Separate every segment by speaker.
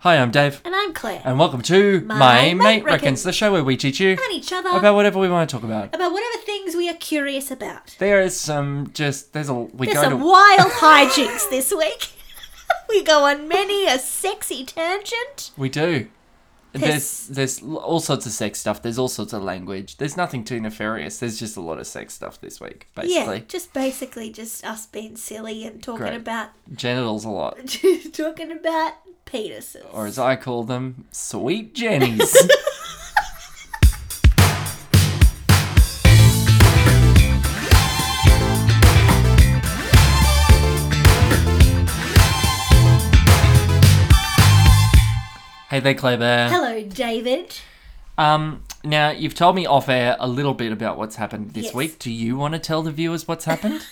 Speaker 1: Hi, I'm Dave,
Speaker 2: And I'm Claire.
Speaker 1: and welcome to
Speaker 2: My
Speaker 1: My
Speaker 2: Mate
Speaker 1: Mate Reckons,
Speaker 2: Reckons,
Speaker 1: the show where we teach you
Speaker 2: and each other.
Speaker 1: about whatever we want to talk about.
Speaker 2: about whatever things we are curious about.
Speaker 1: There is some just there's a we
Speaker 2: There's
Speaker 1: go to
Speaker 2: some wild hijinks this week. we go on many a sexy tangent.
Speaker 1: we do. There's
Speaker 2: There's-
Speaker 1: there's l- all sorts of sex stuff. There's all sorts of language. There's nothing too nefarious. There's just a lot of sex stuff this week,
Speaker 2: Yeah,
Speaker 1: basically.
Speaker 2: just basically just us being silly and talking
Speaker 1: Great.
Speaker 2: about
Speaker 1: Genitals a lot,
Speaker 2: talking about penises.
Speaker 1: or as I call them, sweet jennies. hey there, Claire Bear.
Speaker 2: Hello, David.
Speaker 1: Um, now you've told me off air a little bit about what's happened this
Speaker 2: Yes.
Speaker 1: week. Do you want to tell the viewers what's happened?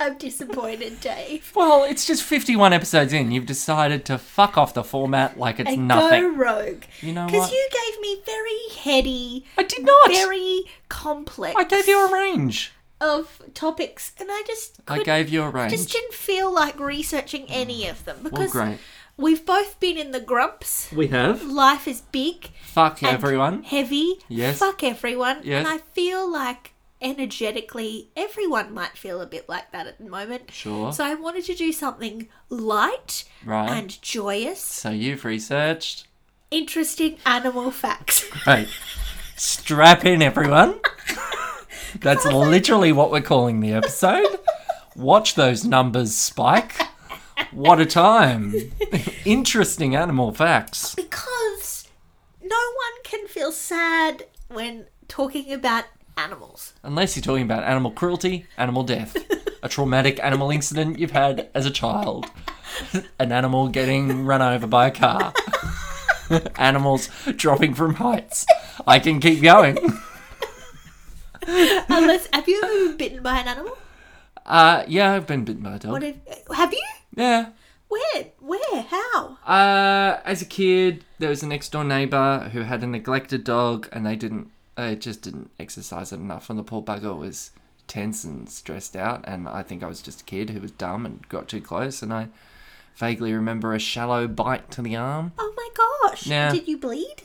Speaker 2: I'm disappointed, Dave.
Speaker 1: well, it's just 51 episodes in. You've decided to fuck off the format like it's
Speaker 2: And
Speaker 1: nothing.
Speaker 2: go rogue.
Speaker 1: You know
Speaker 2: Because
Speaker 1: what?
Speaker 2: you gave me very heady,
Speaker 1: I did not.
Speaker 2: very complex
Speaker 1: I gave you a range.
Speaker 2: of topics, and I just
Speaker 1: I
Speaker 2: couldn't
Speaker 1: gave you a range.
Speaker 2: just didn't feel like researching any of them
Speaker 1: well,
Speaker 2: because
Speaker 1: great.
Speaker 2: we've both been in the grumps.
Speaker 1: We have.
Speaker 2: Life is big,
Speaker 1: Fuck
Speaker 2: and
Speaker 1: everyone.
Speaker 2: heavy.
Speaker 1: Yes.
Speaker 2: fuck everyone.
Speaker 1: Yes.
Speaker 2: and I feel like energetically everyone might feel a bit like that at the moment.
Speaker 1: Sure.
Speaker 2: So I wanted to do something light
Speaker 1: Right.
Speaker 2: and joyous,
Speaker 1: So you've researched.
Speaker 2: interesting animal facts.
Speaker 1: Right. Strap in, everyone. That's literally what we're calling the episode. Watch those numbers spike. What a time. Interesting animal facts.
Speaker 2: because no one can feel sad when talking about animals.
Speaker 1: Unless you're talking about animal cruelty, animal death, a traumatic animal incident you've had as a child, an animal getting run over by a car, animals dropping from heights. I can keep going.
Speaker 2: Unless have you ever been bitten by an animal?
Speaker 1: Uh, yeah, I've been bitten by a dog.
Speaker 2: What have, have you?
Speaker 1: Yeah.
Speaker 2: Where? Where? How?
Speaker 1: Uh, as a kid, there was a next door neighbour who had a neglected dog, and they didn't. They just didn't exercise it enough, and the poor bugger was tense and stressed out. And I think I was just a kid who was dumb and got too close. And I vaguely remember a shallow bite to the arm.
Speaker 2: Oh my gosh.
Speaker 1: Yeah.
Speaker 2: Did you bleed?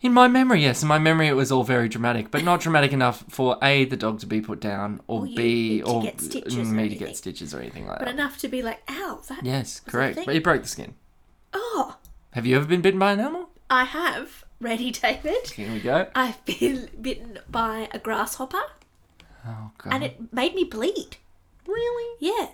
Speaker 1: In my memory, yes, in my memory, it was all very dramatic, but not dramatic enough for a the dog to be put down, or,
Speaker 2: Or you
Speaker 1: b
Speaker 2: to
Speaker 1: or
Speaker 2: get stitches
Speaker 1: mm,
Speaker 2: or
Speaker 1: me to
Speaker 2: anything.
Speaker 1: get stitches or anything like
Speaker 2: But
Speaker 1: that.
Speaker 2: enough to be like, ow, that.
Speaker 1: Yes,
Speaker 2: a
Speaker 1: correct.
Speaker 2: thing.
Speaker 1: But it broke the skin.
Speaker 2: Oh,
Speaker 1: Have you ever been bitten by an animal?
Speaker 2: I have. Ready, David?
Speaker 1: Here we go.
Speaker 2: I've been bitten by a grasshopper
Speaker 1: Oh god.
Speaker 2: and it made me bleed.
Speaker 1: really.
Speaker 2: Yeah.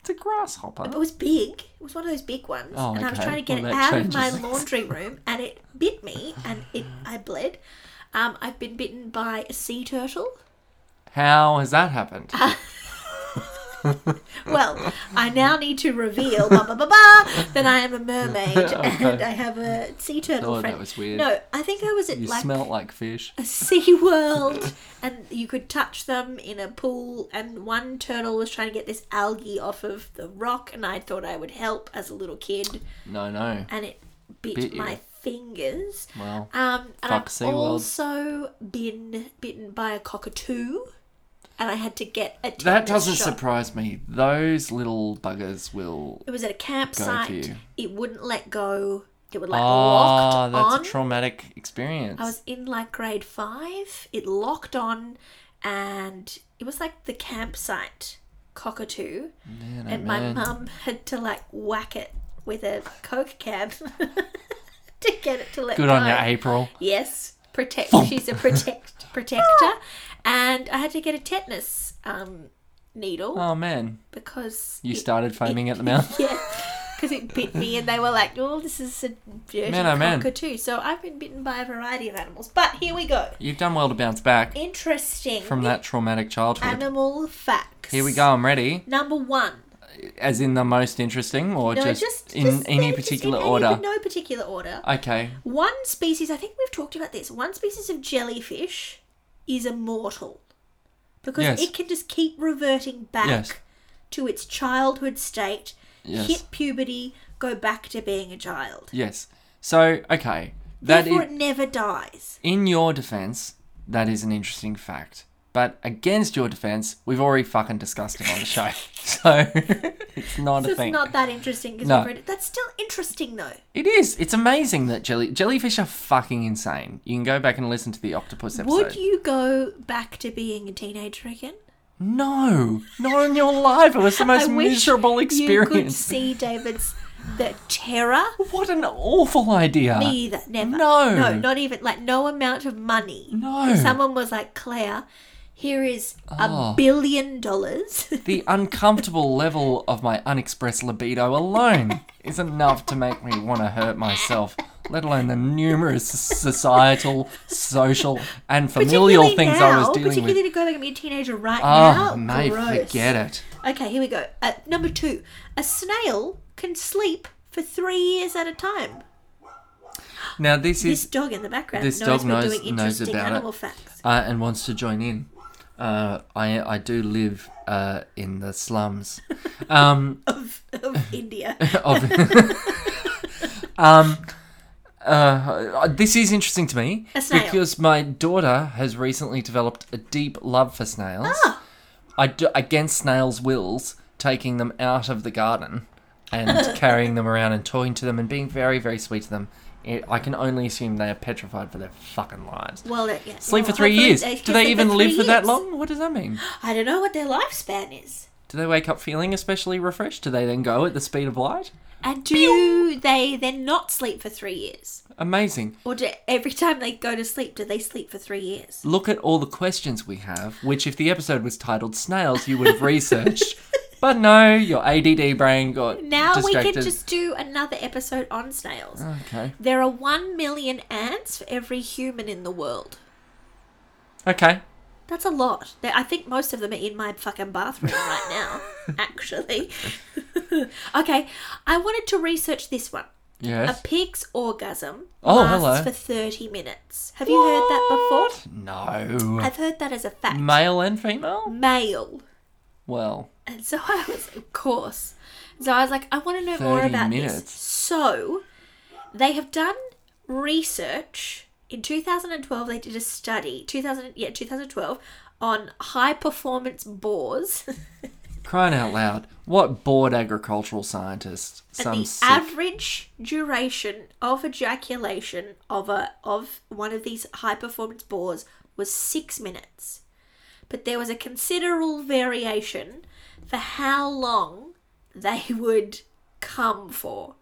Speaker 1: It's a grasshopper.
Speaker 2: It was big. It was one of those big ones.
Speaker 1: Oh,
Speaker 2: and I was
Speaker 1: okay.
Speaker 2: trying to get
Speaker 1: Well,
Speaker 2: it
Speaker 1: that
Speaker 2: out of my
Speaker 1: changes things.
Speaker 2: laundry room and it bit me and it I bled. Um, I've been bitten by a sea turtle.
Speaker 1: How has that happened?
Speaker 2: Well, I now need to reveal ba, ba, ba, ba, that I am a mermaid and I have a sea turtle
Speaker 1: Oh,
Speaker 2: friend.
Speaker 1: that was weird.
Speaker 2: No, I think I was at
Speaker 1: you
Speaker 2: like
Speaker 1: smelt like fish.
Speaker 2: a sea world and you could touch them in a pool and one turtle was trying to get this algae off of the rock and I thought I would help as a little kid
Speaker 1: No, no.
Speaker 2: and it bit,
Speaker 1: Bit you.
Speaker 2: my fingers.
Speaker 1: Well,
Speaker 2: Um, and
Speaker 1: Fuck
Speaker 2: I've
Speaker 1: Sea World.
Speaker 2: also been bitten by a cockatoo and I had to get a
Speaker 1: that
Speaker 2: tetanus
Speaker 1: doesn't
Speaker 2: shot.
Speaker 1: surprise me. Those little buggers will.
Speaker 2: It was at a campsite.
Speaker 1: you.
Speaker 2: It wouldn't let go. It would like
Speaker 1: Ah,
Speaker 2: locked
Speaker 1: that's
Speaker 2: on.
Speaker 1: a traumatic experience.
Speaker 2: I was in like grade five. It locked on, and it was like the campsite cockatoo.
Speaker 1: Man, oh
Speaker 2: and my
Speaker 1: man.
Speaker 2: mum had to like whack it with a coke can to get it to let
Speaker 1: Good
Speaker 2: go.
Speaker 1: on you, April.
Speaker 2: Yes, protect. She's a protect protector, and I had to get a tetanus um, needle
Speaker 1: Oh man,
Speaker 2: because
Speaker 1: you
Speaker 2: it-
Speaker 1: started foaming at the mouth.
Speaker 2: yeah, because it bit me, and they were like, "Oh, this is a dirty
Speaker 1: Man, oh, man.
Speaker 2: cockatoo." So I've been bitten by a variety of animals, but here we go.
Speaker 1: You've done well to bounce back
Speaker 2: Interesting
Speaker 1: from that traumatic childhood.
Speaker 2: animal facts.
Speaker 1: Here we go. I'm ready.
Speaker 2: Number one.
Speaker 1: As in the most interesting, or
Speaker 2: No,
Speaker 1: just,
Speaker 2: just,
Speaker 1: in
Speaker 2: just-
Speaker 1: any
Speaker 2: no, just in
Speaker 1: particular
Speaker 2: any-
Speaker 1: order?
Speaker 2: No particular order.
Speaker 1: Okay.
Speaker 2: One species. I think we've talked about this. One species of jellyfish is immortal because
Speaker 1: Yes.
Speaker 2: it can just keep reverting back
Speaker 1: Yes.
Speaker 2: to its childhood state,
Speaker 1: Yes.
Speaker 2: hit puberty, go back to being a child.
Speaker 1: Yes. So okay. That is.
Speaker 2: Therefore, it never dies.
Speaker 1: In your defense, that is an interesting fact. But against your defense, we've already fucking discussed it on the show. So it's not
Speaker 2: So
Speaker 1: a
Speaker 2: it's
Speaker 1: thing.
Speaker 2: not that interesting because
Speaker 1: No.
Speaker 2: we've read it. That's still interesting though.
Speaker 1: It is. It's amazing that jelly jellyfish are fucking insane. You can go back and listen to the octopus episode.
Speaker 2: Would you go back to being a teenager again?
Speaker 1: No, not in your life. It was the most
Speaker 2: I wish
Speaker 1: miserable
Speaker 2: You could
Speaker 1: experience.
Speaker 2: see David's the terror.
Speaker 1: What an awful idea.
Speaker 2: Neither, never.
Speaker 1: no.
Speaker 2: no, not even like no amount of money.
Speaker 1: No.
Speaker 2: if someone was like Claire, here is
Speaker 1: Oh.
Speaker 2: a billion dollars.
Speaker 1: The uncomfortable level of my unexpressed libido alone is enough to make me want to hurt myself, let alone the numerous societal, social, and familial
Speaker 2: Particularly
Speaker 1: things
Speaker 2: now,
Speaker 1: I was dealing
Speaker 2: particularly
Speaker 1: with.
Speaker 2: to go back and be a teenager right
Speaker 1: Oh,
Speaker 2: now.
Speaker 1: mate,
Speaker 2: Gross.
Speaker 1: forget it.
Speaker 2: Okay, here we go. Uh, number two, a snail can sleep for three years at a time.
Speaker 1: Now, this
Speaker 2: This
Speaker 1: is
Speaker 2: dog in the background
Speaker 1: this dog
Speaker 2: knows we're
Speaker 1: knows-
Speaker 2: doing
Speaker 1: knows
Speaker 2: interesting
Speaker 1: about it.
Speaker 2: animal facts.
Speaker 1: uh, and wants to join in. Uh, I I do live uh, in the slums. Um,
Speaker 2: of, of India.
Speaker 1: of um uh, this is interesting to me
Speaker 2: A snail.
Speaker 1: because my daughter has recently developed a deep love for snails.
Speaker 2: Ah.
Speaker 1: I do, against snails' wills, taking them out of the garden and carrying them around and talking to them and being very very sweet to them. It, I can only assume they are petrified for their fucking lives.
Speaker 2: Well, that- yeah,
Speaker 1: Sleep
Speaker 2: well,
Speaker 1: for three
Speaker 2: hopefully
Speaker 1: years.
Speaker 2: they
Speaker 1: Do
Speaker 2: can
Speaker 1: they
Speaker 2: sleep
Speaker 1: even live
Speaker 2: three
Speaker 1: for that
Speaker 2: years.
Speaker 1: long? What does that mean?
Speaker 2: I don't know what their lifespan is.
Speaker 1: Do they wake up feeling especially refreshed? Do they then go at the speed of light?
Speaker 2: And do they then not sleep for three years?
Speaker 1: Amazing.
Speaker 2: Or do every time they go to sleep, do they sleep for three years?
Speaker 1: look at all the questions we have, which if the episode was titled Snails, you would have researched. but no, your ADD brain got
Speaker 2: Now
Speaker 1: distracted.
Speaker 2: we can just do another episode on snails.
Speaker 1: Okay.
Speaker 2: There are one million ants for every human in the world.
Speaker 1: Okay.
Speaker 2: That's a lot. They- I think most of them are in my fucking bathroom right now, actually. okay, I wanted to research this one. A
Speaker 1: Yes.
Speaker 2: pig's orgasm
Speaker 1: Oh,
Speaker 2: lasts
Speaker 1: hello.
Speaker 2: for 30 minutes. Have you heard that before?
Speaker 1: No.
Speaker 2: I've heard that as a fact.
Speaker 1: Male and female?
Speaker 2: Male.
Speaker 1: Well,
Speaker 2: And so I was, of course. So I was like, I want to know more
Speaker 1: 30
Speaker 2: about this.
Speaker 1: minutes.
Speaker 2: So they have done research in 2012. They did a study, 2000, yeah, 2012, on high performance boars.
Speaker 1: crying out loud. What bored agricultural scientist?
Speaker 2: and
Speaker 1: Some
Speaker 2: the
Speaker 1: sick.
Speaker 2: average duration of ejaculation of a of one of these high performance boars was six minutes, but there was a considerable variation for how long they would come for,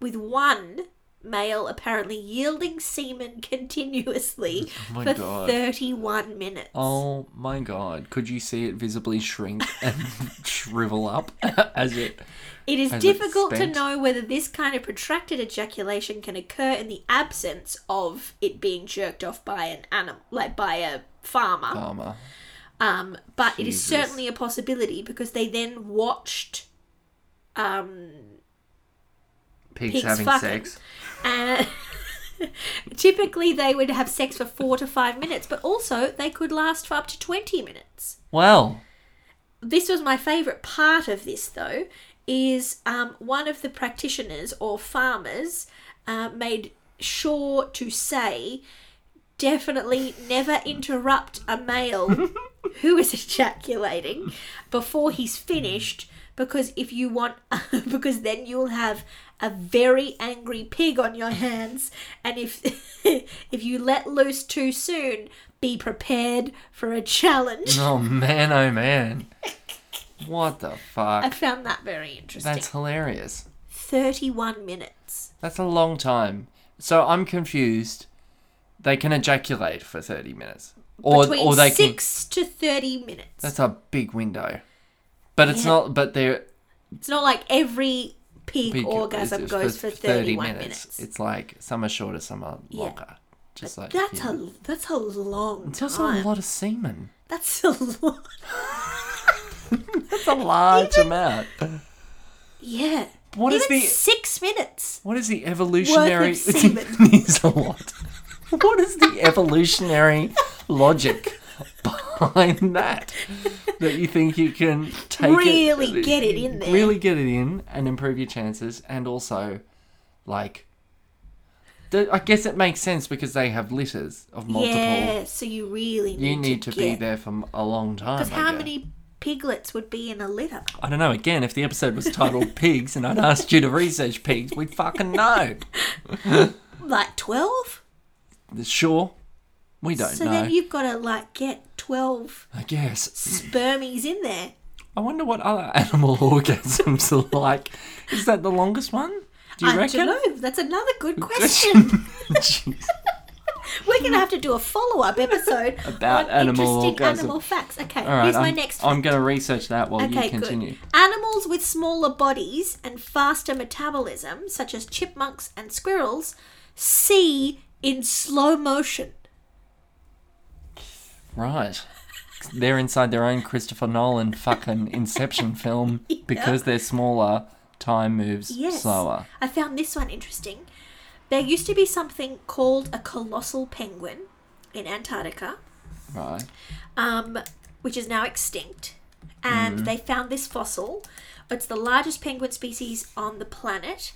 Speaker 2: with one male apparently yielding semen continuously
Speaker 1: Oh my
Speaker 2: for
Speaker 1: God.
Speaker 2: 31 minutes.
Speaker 1: Oh my god, could you see it visibly shrink and shrivel up as it.
Speaker 2: It is
Speaker 1: As it's
Speaker 2: difficult to
Speaker 1: spent.
Speaker 2: know whether this kind of protracted ejaculation can occur in the absence of it being jerked off by an animal, like by a farmer.
Speaker 1: Farmer.
Speaker 2: Um, but it is
Speaker 1: Oh, Jesus.
Speaker 2: certainly a possibility because they then watched um,
Speaker 1: Pigs,
Speaker 2: Pigs
Speaker 1: having
Speaker 2: fucking.
Speaker 1: sex.
Speaker 2: And typically, they would have sex for four to five minutes, but also they could last for up to 20 minutes.
Speaker 1: Well,
Speaker 2: This was my favourite part of this, though, is um, one of the practitioners or farmers uh, made sure to say definitely never interrupt a male who is ejaculating before he's finished because if you want because then you'll have a very angry pig on your hands and if if you let loose too soon be prepared for a challenge
Speaker 1: oh man, oh man. What the fuck?
Speaker 2: i found that very interesting
Speaker 1: That's hilarious.
Speaker 2: 31 minutes
Speaker 1: That's a long time. So I'm confused. They can ejaculate for 30 minutes. Or
Speaker 2: between
Speaker 1: or they can
Speaker 2: 6 to 30 minutes
Speaker 1: That's a big window. But it's
Speaker 2: Yeah.
Speaker 1: not but they're
Speaker 2: it's not like every pig,
Speaker 1: big
Speaker 2: orgasm
Speaker 1: it's
Speaker 2: goes for 31 minutes,
Speaker 1: It's like some are shorter, some are
Speaker 2: Yeah.
Speaker 1: longer. Just like
Speaker 2: that's
Speaker 1: yeah.
Speaker 2: a that's a long
Speaker 1: It's also
Speaker 2: time.
Speaker 1: a lot of semen.
Speaker 2: That's a lot.
Speaker 1: That's a large amount.
Speaker 2: Yeah.
Speaker 1: What is
Speaker 2: Even
Speaker 1: the-
Speaker 2: six minutes?
Speaker 1: What is the evolutionary
Speaker 2: semen.
Speaker 1: It's a lot. What is the evolutionary logic behind that? That you think you can take
Speaker 2: Really
Speaker 1: it,
Speaker 2: get it in there.
Speaker 1: really get it in and improve your chances, and also, like, th- I guess it makes sense because they have litters of multiple.
Speaker 2: Yeah, so you really need
Speaker 1: You need to, be
Speaker 2: get-
Speaker 1: there for m- a long time.
Speaker 2: Because
Speaker 1: I
Speaker 2: how
Speaker 1: guess.
Speaker 2: many piglets would be in a litter?
Speaker 1: I don't know. Again, if the episode was titled Pigs and I'd asked you to research pigs, we'd fucking know.
Speaker 2: Like 12?
Speaker 1: Sure. We don't
Speaker 2: So
Speaker 1: know. Hmm.
Speaker 2: then you've got to like get 12
Speaker 1: I guess.
Speaker 2: spermies in there.
Speaker 1: I wonder what other animal orgasms are like. Is that the longest one? Do you
Speaker 2: I
Speaker 1: reckon?
Speaker 2: don't know. That's another good question.
Speaker 1: Jeez.
Speaker 2: We're going to have to do a follow up episode
Speaker 1: About
Speaker 2: on
Speaker 1: animal
Speaker 2: interesting
Speaker 1: orgasm.
Speaker 2: animal facts. Okay,
Speaker 1: All right,
Speaker 2: here's
Speaker 1: I'm,
Speaker 2: my next
Speaker 1: I'm going to research that while
Speaker 2: Okay,
Speaker 1: you continue.
Speaker 2: good. Animals with smaller bodies and faster metabolism, such as chipmunks and squirrels, see in slow motion.
Speaker 1: Right. They're inside their own Christopher Nolan fucking Inception film because they're smaller. Time moves
Speaker 2: Yes.
Speaker 1: slower.
Speaker 2: I found this one interesting. There used to be something called a colossal penguin in Antarctica,
Speaker 1: Right.
Speaker 2: um, which is now extinct. And
Speaker 1: Mm-hmm.
Speaker 2: they found this fossil. It's the largest penguin species on the planet,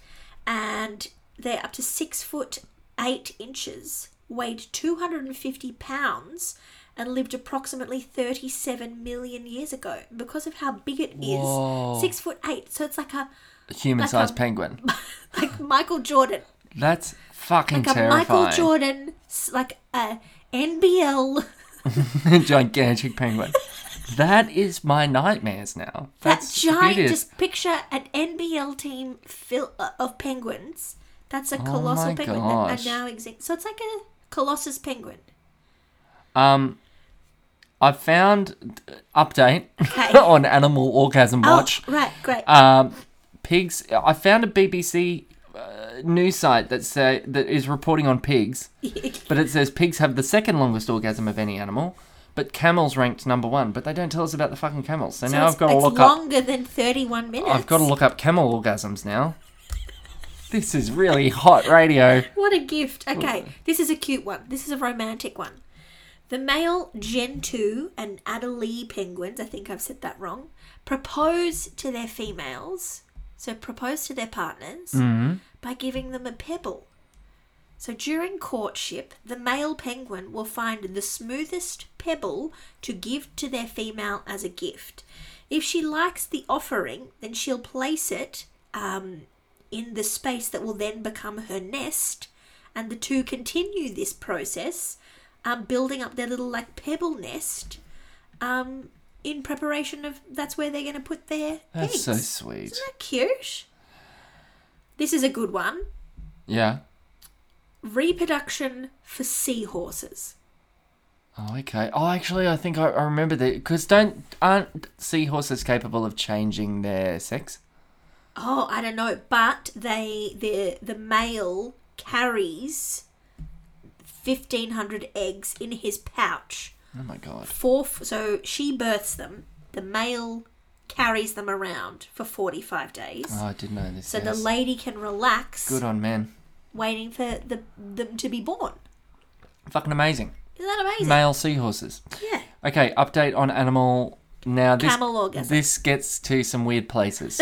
Speaker 2: and they're up to six foot eight inches, weighed 250 pounds, and lived approximately 37 million years ago. Because of how big it is,
Speaker 1: Whoa.
Speaker 2: six foot eight, so it's like a
Speaker 1: Human-sized
Speaker 2: a-
Speaker 1: penguin.
Speaker 2: like Michael Jordan,
Speaker 1: That's fucking
Speaker 2: like a
Speaker 1: terrifying.
Speaker 2: Michael Jordan, s- like a NBL.
Speaker 1: gigantic penguin. That is my nightmares now.
Speaker 2: That
Speaker 1: That's
Speaker 2: giant,
Speaker 1: it is.
Speaker 2: just picture an NBL team fill, uh, of penguins. That's a
Speaker 1: Oh my
Speaker 2: colossal penguin that
Speaker 1: gosh.
Speaker 2: are now extinct. So it's like a colossus penguin.
Speaker 1: Um, I found update
Speaker 2: Okay.
Speaker 1: on Animal Orgasm Watch.
Speaker 2: Oh, right, great.
Speaker 1: Um, pigs. I found a BBC uh, news site that say that is reporting on pigs, but it says pigs have the second longest orgasm of any animal. But camels ranked number one, but they don't tell us about the fucking camels. So,
Speaker 2: So
Speaker 1: now
Speaker 2: it's,
Speaker 1: I've got to
Speaker 2: it's
Speaker 1: look up.
Speaker 2: longer than 31 minutes.
Speaker 1: I've got to look up camel orgasms now. This is really hot radio.
Speaker 2: What a gift. Okay, this is a cute one. This is a romantic one. The male Gentoo and Adelie penguins, I think I've said that wrong, propose to their females, so propose to their partners, by giving them a pebble. So during courtship, the male penguin will find the smoothest pebble to give to their female as a gift. If she likes the offering, then she'll place it um, in the space that will then become her nest, and the two continue this process, um, building up their little like pebble nest, um, in preparation of that's where they're going to put their
Speaker 1: That's
Speaker 2: eggs.
Speaker 1: so sweet.
Speaker 2: Isn't that cute? This is a good one.
Speaker 1: Yeah.
Speaker 2: Reproduction for seahorses.
Speaker 1: Oh, okay. Oh, actually, I think I, I remember that because don't aren't seahorses capable of changing their sex?
Speaker 2: Oh, I don't know, but they the the male carries fifteen hundred eggs in his pouch.
Speaker 1: Oh my god.
Speaker 2: Four, f- so she births them. The male carries them around for forty five days.
Speaker 1: Oh, I didn't know this.
Speaker 2: so the
Speaker 1: yes.
Speaker 2: lady can relax,
Speaker 1: good on men.
Speaker 2: waiting for the them to be born.
Speaker 1: Fucking amazing.
Speaker 2: Isn't that amazing?
Speaker 1: Male seahorses.
Speaker 2: yeah.
Speaker 1: Okay, update on animal. Now this
Speaker 2: Camel orgasm.
Speaker 1: this gets to some weird places.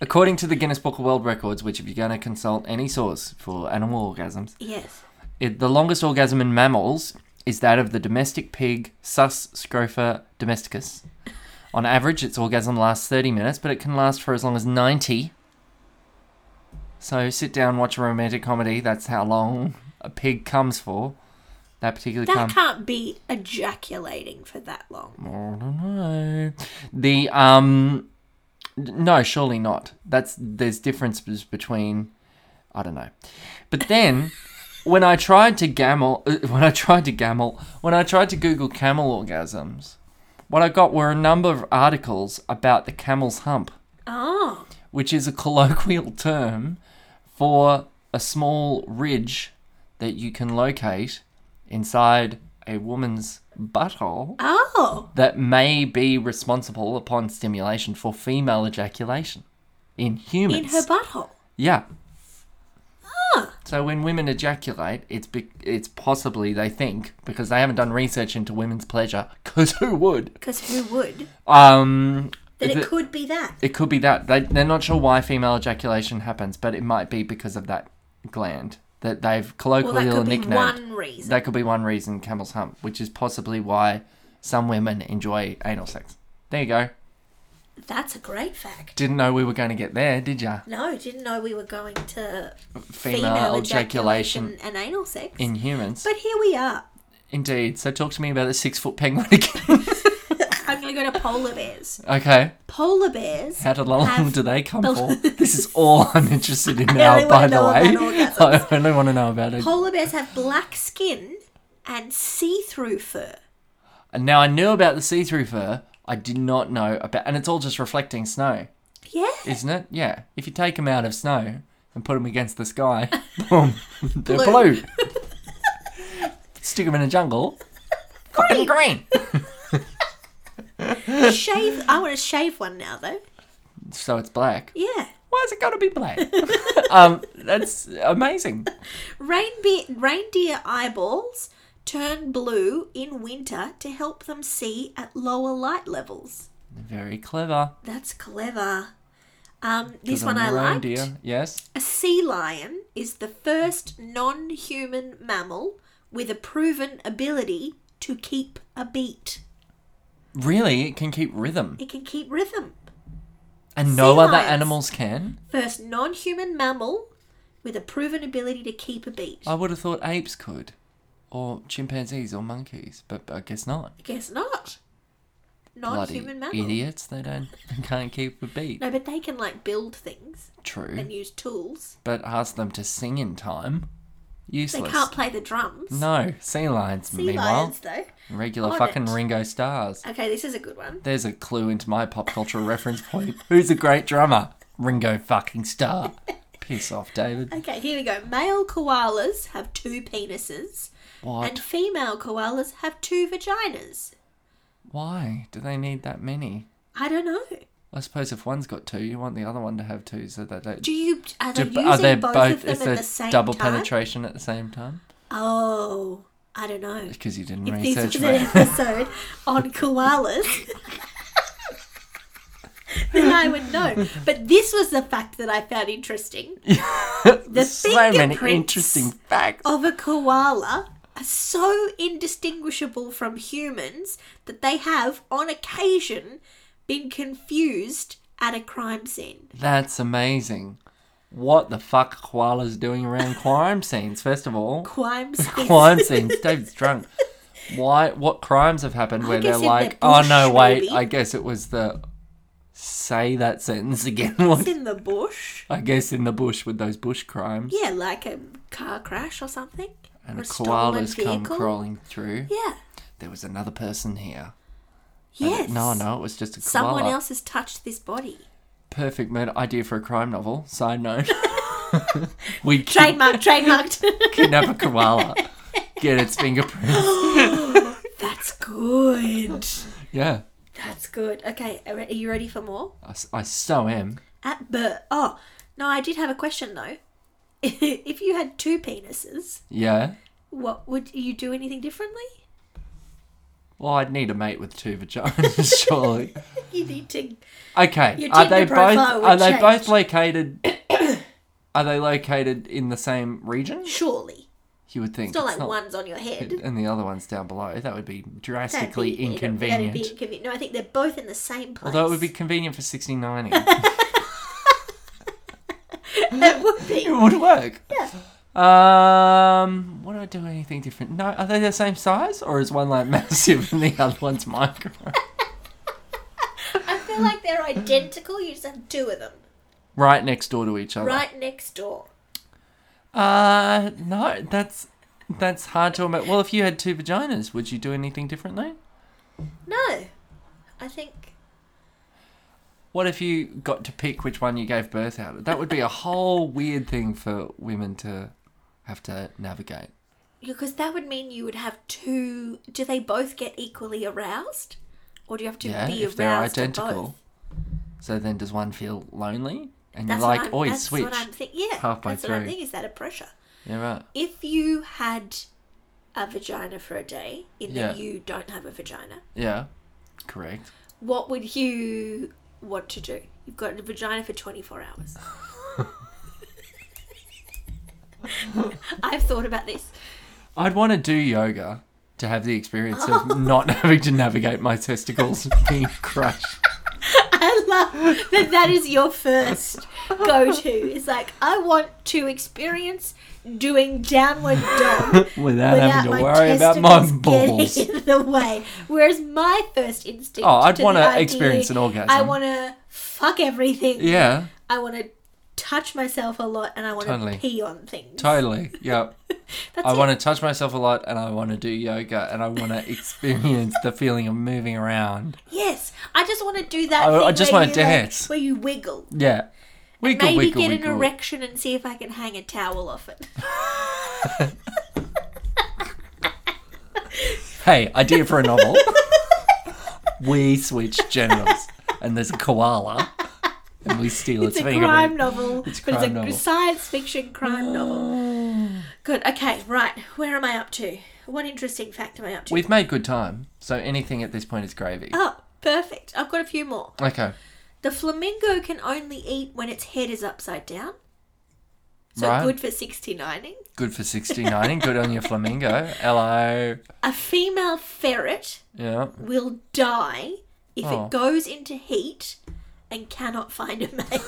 Speaker 1: According to the Guinness Book of World Records, which if you're going to consult any source for animal orgasms,
Speaker 2: Yes.
Speaker 1: It, the longest orgasm in mammals is that of the domestic pig Sus scrofa domesticus. On average, its orgasm lasts 30 minutes, but it can last for as long as 90. So sit down, watch a romantic comedy. That's how long a pig comes for. That particular
Speaker 2: That
Speaker 1: cum.
Speaker 2: can't be ejaculating for that long.
Speaker 1: I don't know. The um, no, surely not. That's there's differences between, I don't know. But then, when I tried to gamble, uh, when I tried to gamble, when I tried to Google camel orgasms, what I got were a number of articles about the camel's hump,
Speaker 2: Oh.
Speaker 1: which is a colloquial term for a small ridge that you can locate inside a woman's butthole
Speaker 2: Oh.
Speaker 1: that may be responsible upon stimulation for female ejaculation in humans.
Speaker 2: In her Ah. butthole.
Speaker 1: yeah. So when women ejaculate, it's be- it's possibly they think because they haven't done research into women's pleasure. Because who would?
Speaker 2: Because who would?
Speaker 1: Um,
Speaker 2: That it
Speaker 1: th-
Speaker 2: could be that.
Speaker 1: it could be that they they're not sure why female ejaculation happens, but it might be because of that gland that they've
Speaker 2: Well,
Speaker 1: colloquially
Speaker 2: that could be
Speaker 1: nicknamed.
Speaker 2: one reason.
Speaker 1: That could be one reason, camel's hump, which is possibly why some women enjoy anal sex. There you go.
Speaker 2: That's a great fact.
Speaker 1: Didn't know we were going to get there, did ya?
Speaker 2: No, didn't know we were going to
Speaker 1: Female,
Speaker 2: female,
Speaker 1: ejaculation,
Speaker 2: ejaculation, and anal sex.
Speaker 1: in humans.
Speaker 2: but here we are.
Speaker 1: Indeed. So talk to me about the six foot penguin again.
Speaker 2: I'm going to go to polar bears.
Speaker 1: okay.
Speaker 2: Polar bears.
Speaker 1: How did long
Speaker 2: Have-
Speaker 1: do they come for? This is all I'm interested in now,
Speaker 2: only
Speaker 1: by
Speaker 2: wanna
Speaker 1: the
Speaker 2: know
Speaker 1: way.
Speaker 2: about
Speaker 1: I only want to know about it.
Speaker 2: Polar bears have black skin and see-through fur.
Speaker 1: And now I knew about the see through fur. I did not know about. And it's all just reflecting snow,
Speaker 2: Yeah.
Speaker 1: isn't it? Yeah. If you take them out of snow and put them against the sky, boom, they're blue.
Speaker 2: Blue.
Speaker 1: Stick them in a jungle. Fucking green.
Speaker 2: shave. I want to shave one now though.
Speaker 1: So it's black.
Speaker 2: Yeah.
Speaker 1: Why's it got to be black? um, that's amazing.
Speaker 2: Reindeer, reindeer eyeballs turn blue in winter to help them see at lower light levels.
Speaker 1: Very clever.
Speaker 2: That's clever. Um, this
Speaker 1: Good
Speaker 2: one
Speaker 1: on
Speaker 2: I
Speaker 1: the
Speaker 2: liked.
Speaker 1: reindeer. Yes.
Speaker 2: A sea lion is the first non-human mammal with a proven ability to keep a beat.
Speaker 1: Really, it can keep rhythm,
Speaker 2: It can keep rhythm.
Speaker 1: and no
Speaker 2: Sea
Speaker 1: other
Speaker 2: lions.
Speaker 1: animals can.
Speaker 2: First non-human mammal with a proven ability to keep a beat.
Speaker 1: I would have thought apes could, or chimpanzees or monkeys, but I guess not.
Speaker 2: Guess not.
Speaker 1: Bloody
Speaker 2: Non-human mammal.
Speaker 1: idiots! They don't, they can't keep a beat.
Speaker 2: No, but they can like build things
Speaker 1: True,
Speaker 2: and use tools.
Speaker 1: but ask them to sing in time.
Speaker 2: They
Speaker 1: Useless.
Speaker 2: can't play the drums.
Speaker 1: No, sea lions.
Speaker 2: sea
Speaker 1: meanwhile,
Speaker 2: lions, Oh, though.
Speaker 1: regular
Speaker 2: On
Speaker 1: fucking
Speaker 2: it.
Speaker 1: Ringo Stars.
Speaker 2: Okay, this is a good one.
Speaker 1: There's a clue into my pop cultural reference point. Who's a great drummer? Ringo fucking Star. Piss off, David.
Speaker 2: Okay, here we go. Male koalas have two penises,
Speaker 1: What?
Speaker 2: and female koalas have two vaginas.
Speaker 1: Why do they need that many?
Speaker 2: I don't know.
Speaker 1: I suppose if one's got two, you want the other one to have two, so that they
Speaker 2: Do you are they
Speaker 1: Do-
Speaker 2: using
Speaker 1: are they
Speaker 2: both, of them
Speaker 1: is
Speaker 2: at
Speaker 1: there
Speaker 2: the same
Speaker 1: double
Speaker 2: time?
Speaker 1: penetration at the same time?
Speaker 2: Oh, I don't know.
Speaker 1: Because you didn't
Speaker 2: If this
Speaker 1: research
Speaker 2: was
Speaker 1: that.
Speaker 2: an episode on koalas, then I would know. But this was the fact that I found interesting. the
Speaker 1: so many
Speaker 2: fingerprints
Speaker 1: interesting facts.
Speaker 2: of a koala are so indistinguishable from humans that they have, on occasion, been confused at a crime scene.
Speaker 1: That's amazing. What the fuck koala's doing around crime scenes? First of all,
Speaker 2: Crime scenes.
Speaker 1: crime scenes. David's drunk. Why? What crimes have happened where
Speaker 2: guess
Speaker 1: they're
Speaker 2: in the
Speaker 1: like, oh no,
Speaker 2: bush,
Speaker 1: wait,
Speaker 2: maybe."
Speaker 1: I guess it was the say that sentence again. What-
Speaker 2: in the bush.
Speaker 1: I guess in the bush with those bush crimes,
Speaker 2: Yeah, like a car crash or something.
Speaker 1: and
Speaker 2: or
Speaker 1: the
Speaker 2: a stolen
Speaker 1: koalas come
Speaker 2: vehicle.
Speaker 1: crawling through.
Speaker 2: Yeah.
Speaker 1: There was another person here. And
Speaker 2: Yes.
Speaker 1: it- No, no, it was just a koala.
Speaker 2: Someone else has touched this body.
Speaker 1: Perfect murder idea for a crime novel. Side note. we kid-
Speaker 2: Trademark, trademarked.
Speaker 1: kidnap a koala, get its fingerprints.
Speaker 2: That's good.
Speaker 1: Yeah,
Speaker 2: That's good. Okay, are are you ready for more?
Speaker 1: I, s- I so am.
Speaker 2: At birth. Oh, no, I did have a question though. if you had two penises,
Speaker 1: Yeah.
Speaker 2: what would you do anything differently?
Speaker 1: Well, I'd need a mate with two vaginas, surely.
Speaker 2: You need to.
Speaker 1: Okay.
Speaker 2: Your
Speaker 1: Are they
Speaker 2: Tinder
Speaker 1: both?
Speaker 2: profile would
Speaker 1: Are they
Speaker 2: change.
Speaker 1: both located? Are they located in the same region?
Speaker 2: Surely.
Speaker 1: You would think.
Speaker 2: It's not like one's on your head.
Speaker 1: And the other one's down below. That would be
Speaker 2: That'd
Speaker 1: drastically
Speaker 2: be- it'd- that'd be
Speaker 1: inconvenient.
Speaker 2: inconvenient. No, I think they're both in the same place.
Speaker 1: Although it would be convenient for sixty ninety.
Speaker 2: It would be.
Speaker 1: it would work. Um, would I do anything different? No, are they the same size, or is one like massive and the other one's micro?
Speaker 2: I feel like they're identical. You just have two of them
Speaker 1: right next door to each other.
Speaker 2: right next door.
Speaker 1: Uh, no, that's that's hard to imagine. Well, if you had two vaginas, would you do anything differently?
Speaker 2: No, I think
Speaker 1: What if you got to pick which one you gave birth out of? That would be a whole weird thing for women to have to navigate.
Speaker 2: because that would mean you would have two. Do they both get equally aroused, or do you have to
Speaker 1: Yeah,
Speaker 2: be
Speaker 1: if they're
Speaker 2: aroused to both?
Speaker 1: identical. So then, does one feel lonely? And
Speaker 2: That's
Speaker 1: you're
Speaker 2: what
Speaker 1: like,
Speaker 2: I'm,
Speaker 1: oi,
Speaker 2: that's
Speaker 1: switch.
Speaker 2: What I'm think- yeah,
Speaker 1: halfway
Speaker 2: that's what I'm
Speaker 1: through.
Speaker 2: thinking. Is that a pressure?
Speaker 1: Yeah, right.
Speaker 2: If you had a vagina for a day, in that
Speaker 1: Yeah.
Speaker 2: you don't have a vagina,
Speaker 1: Yeah, correct.
Speaker 2: what would you want to do? You've got a vagina for 24 hours. I've thought about this.
Speaker 1: I'd want to do yoga to have the experience of not having to navigate my testicles being crushed.
Speaker 2: I love that that is your first go to. It's like, I want to experience doing downward dog
Speaker 1: Without,
Speaker 2: without
Speaker 1: having to
Speaker 2: my
Speaker 1: worry about my
Speaker 2: testicles
Speaker 1: balls.
Speaker 2: getting in the way. Whereas my first instinct
Speaker 1: Oh, I'd
Speaker 2: to the
Speaker 1: wanna
Speaker 2: idea-
Speaker 1: experience an orgasm.
Speaker 2: I want to fuck everything.
Speaker 1: Yeah,
Speaker 2: I want to touch myself a lot and I want to
Speaker 1: Totally.
Speaker 2: pee on things.
Speaker 1: totally. Yeah.
Speaker 2: That's
Speaker 1: I
Speaker 2: it.
Speaker 1: want to touch myself a lot and I want to do yoga and I want to experience the feeling of moving around.
Speaker 2: Yes, I just want to do that.
Speaker 1: I- I
Speaker 2: thing
Speaker 1: just
Speaker 2: where
Speaker 1: wanna
Speaker 2: you, like,
Speaker 1: dance.
Speaker 2: where you wiggle.
Speaker 1: Yeah. Wiggle,
Speaker 2: Maybe
Speaker 1: wiggle,
Speaker 2: get
Speaker 1: wiggle.
Speaker 2: an erection and see if I can hang a towel off it.
Speaker 1: Hey, idea for a novel. we switch genitals and there's a koala and we steal its,
Speaker 2: It's a
Speaker 1: finger.
Speaker 2: crime novel,
Speaker 1: It's a
Speaker 2: but it's a
Speaker 1: crime novel.
Speaker 2: science fiction crime novel. Good. Okay. Right. Where am I up to? What interesting fact am I up to?
Speaker 1: We've made good time, so anything at this point is gravy.
Speaker 2: oh, perfect. I've got a few more.
Speaker 1: Okay,
Speaker 2: The flamingo can only eat when its head is upside down. So
Speaker 1: Right.
Speaker 2: good for 69ing.
Speaker 1: good for 69 and good on your flamingo. Hello.
Speaker 2: A female ferret
Speaker 1: Yeah.
Speaker 2: will die if
Speaker 1: Oh.
Speaker 2: it goes into heat and cannot find a mate.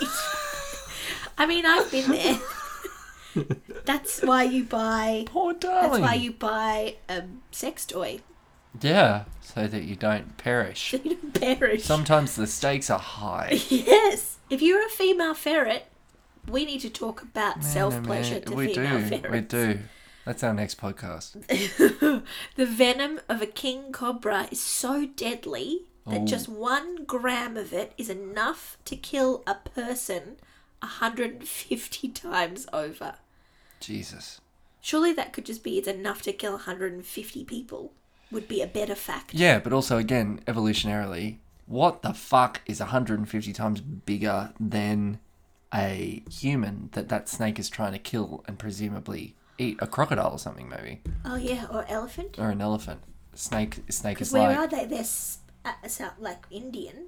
Speaker 2: I mean, I've been there. That's why you buy.
Speaker 1: Poor
Speaker 2: That's
Speaker 1: darling.
Speaker 2: why you buy a sex toy.
Speaker 1: Yeah, so that you don't perish.
Speaker 2: You don't perish.
Speaker 1: Sometimes the stakes are high.
Speaker 2: Yes. If you're a female ferret, we need to talk about self pleasure
Speaker 1: Man,
Speaker 2: to
Speaker 1: we
Speaker 2: female
Speaker 1: do.
Speaker 2: ferrets.
Speaker 1: We do. That's our next podcast.
Speaker 2: The venom of a king cobra is so deadly that
Speaker 1: Oh.
Speaker 2: just one gram of it is enough to kill a person 150 times over.
Speaker 1: Jesus.
Speaker 2: Surely that could just be it's enough to kill 150 people, would be a better fact.
Speaker 1: Yeah, but also again, evolutionarily, what the fuck is 150 times bigger than a human that that snake is trying to kill and presumably eat a crocodile or something maybe
Speaker 2: Oh, yeah, or elephant?
Speaker 1: or an elephant. Snake snake is
Speaker 2: Where
Speaker 1: Uh, like
Speaker 2: are they? They're s- uh, South, like Indian,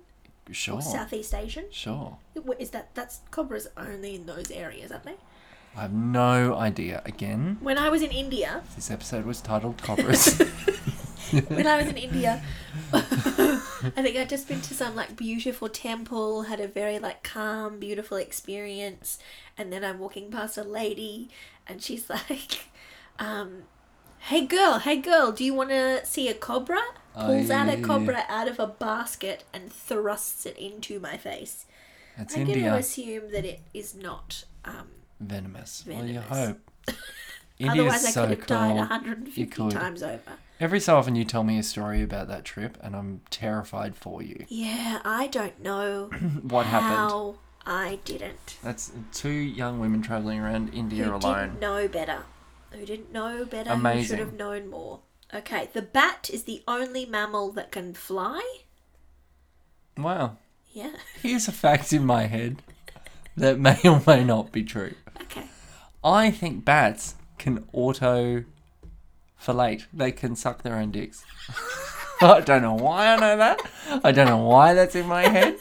Speaker 1: sure.
Speaker 2: Southeast Asian.
Speaker 1: Sure.
Speaker 2: Wh- Is that that's cobras only in those areas, aren't they?
Speaker 1: I have no idea again.
Speaker 2: When I was in India,
Speaker 1: This episode was titled Cobras.
Speaker 2: when I was in India, I think I'd just been to some like beautiful temple, had a very like calm, beautiful experience, and then I'm walking past a lady, and she's like, um, "Hey girl, hey girl, do you want to see a cobra?" Pulls out a
Speaker 1: Aye.
Speaker 2: cobra out of a basket and thrusts it into my face.
Speaker 1: It's
Speaker 2: I'm going to
Speaker 1: India.
Speaker 2: assume that it is not. Um,
Speaker 1: Venomous. Well, you
Speaker 2: Venomous.
Speaker 1: hope.
Speaker 2: otherwise, I
Speaker 1: India's
Speaker 2: could
Speaker 1: so
Speaker 2: have died
Speaker 1: cool.
Speaker 2: 150
Speaker 1: could.
Speaker 2: times over.
Speaker 1: Every so often, you tell me a story about that trip, and I'm terrified for you.
Speaker 2: Yeah, I don't know
Speaker 1: What happened?
Speaker 2: how I didn't.
Speaker 1: That's two young women traveling around India
Speaker 2: who
Speaker 1: alone.
Speaker 2: didn't know better, who didn't know better, who
Speaker 1: Amazing.
Speaker 2: should have known more. Okay, the bat is the only mammal that can fly.
Speaker 1: Wow.
Speaker 2: Yeah.
Speaker 1: Here's a fact in my head that may or may not be true.
Speaker 2: Okay.
Speaker 1: I think bats can auto fellate. They can suck their own dicks. I don't know why I know that. I don't know why that's in my head,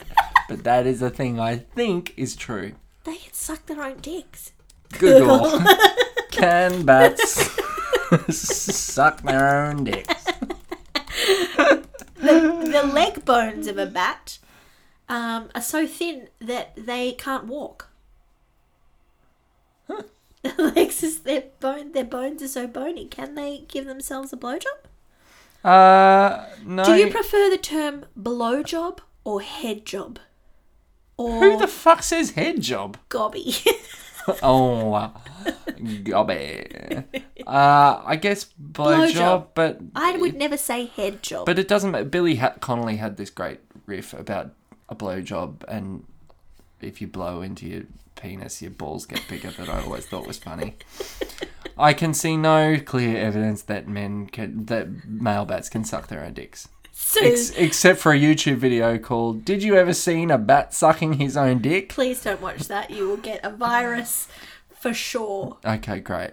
Speaker 1: but that is a thing I think is true.
Speaker 2: They can suck their own dicks.
Speaker 1: Google. Can bats suck their own dicks?
Speaker 2: The leg bones of a bat um, are so thin that they can't walk. Their legs is their bone. Their bones are so bony. Can they give themselves a blowjob?
Speaker 1: Uh, no.
Speaker 2: Do you prefer the term blowjob or head job,
Speaker 1: Who
Speaker 2: or
Speaker 1: the fuck says head job?
Speaker 2: gobby?
Speaker 1: Oh, uh, gobby. Uh, I guess blowjob,
Speaker 2: Blowjob.
Speaker 1: but
Speaker 2: I would never say head job.
Speaker 1: but it doesn't. ma- Billy ha- Connolly had this great riff about a blowjob, and if you blow into your penis, your balls get bigger. that I always thought was funny. I can see no clear evidence that men can that male bats can suck their own dicks.
Speaker 2: so
Speaker 1: Ex- except for a YouTube video called "Did you ever seen a bat sucking his own dick?"
Speaker 2: please don't watch that. You will get a virus for sure.
Speaker 1: Okay, great.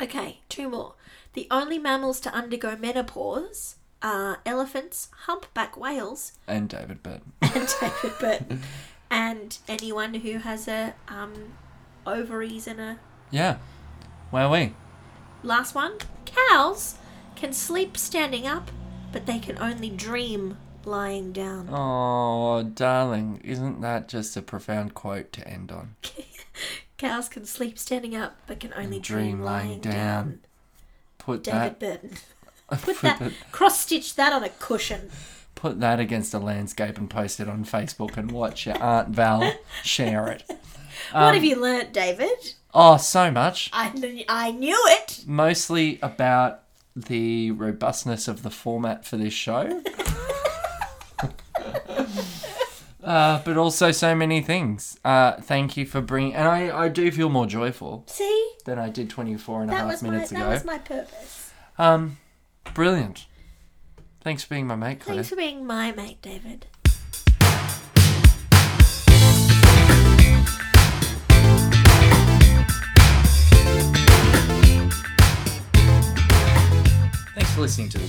Speaker 2: Okay, two more. The only mammals to undergo menopause are elephants, humpback whales,
Speaker 1: And David Burton.
Speaker 2: and David Burton, and anyone who has a um, ovaries and a
Speaker 1: Yeah. Wowee.
Speaker 2: Last one. Cows can sleep standing up, but they can only dream lying down.
Speaker 1: Oh, darling, isn't that just a profound quote to end on?
Speaker 2: Cows can sleep standing up, but can only dream,
Speaker 1: Dream
Speaker 2: lying,
Speaker 1: lying
Speaker 2: down.
Speaker 1: down. Put that,
Speaker 2: David Burton.
Speaker 1: put
Speaker 2: Put that
Speaker 1: that,
Speaker 2: cross stitch that on a cushion.
Speaker 1: put that against a landscape and post it on Facebook and watch your Aunt Val share it.
Speaker 2: what
Speaker 1: Um,
Speaker 2: have you learnt, David?
Speaker 1: Oh, so much.
Speaker 2: I kn- I knew it.
Speaker 1: Mostly about the robustness of the format for this show. Uh, but also so many things. Uh, thank you for bringing, and I, I do feel more joyful
Speaker 2: See,
Speaker 1: than I did 24 and a
Speaker 2: that
Speaker 1: half
Speaker 2: was my
Speaker 1: minutes
Speaker 2: that
Speaker 1: ago.
Speaker 2: was my purpose.
Speaker 1: Um, brilliant. Thanks for being my mate, Claire.
Speaker 2: Thanks for being my mate, David.
Speaker 1: Thanks for listening to the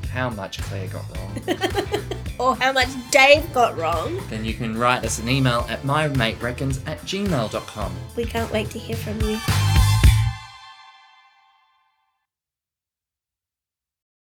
Speaker 1: how much Claire got wrong,
Speaker 2: Or Oh, how much Dave got wrong?
Speaker 1: then you can write us an email at mymatereckons at gmail.com.
Speaker 2: We can't wait to hear from you.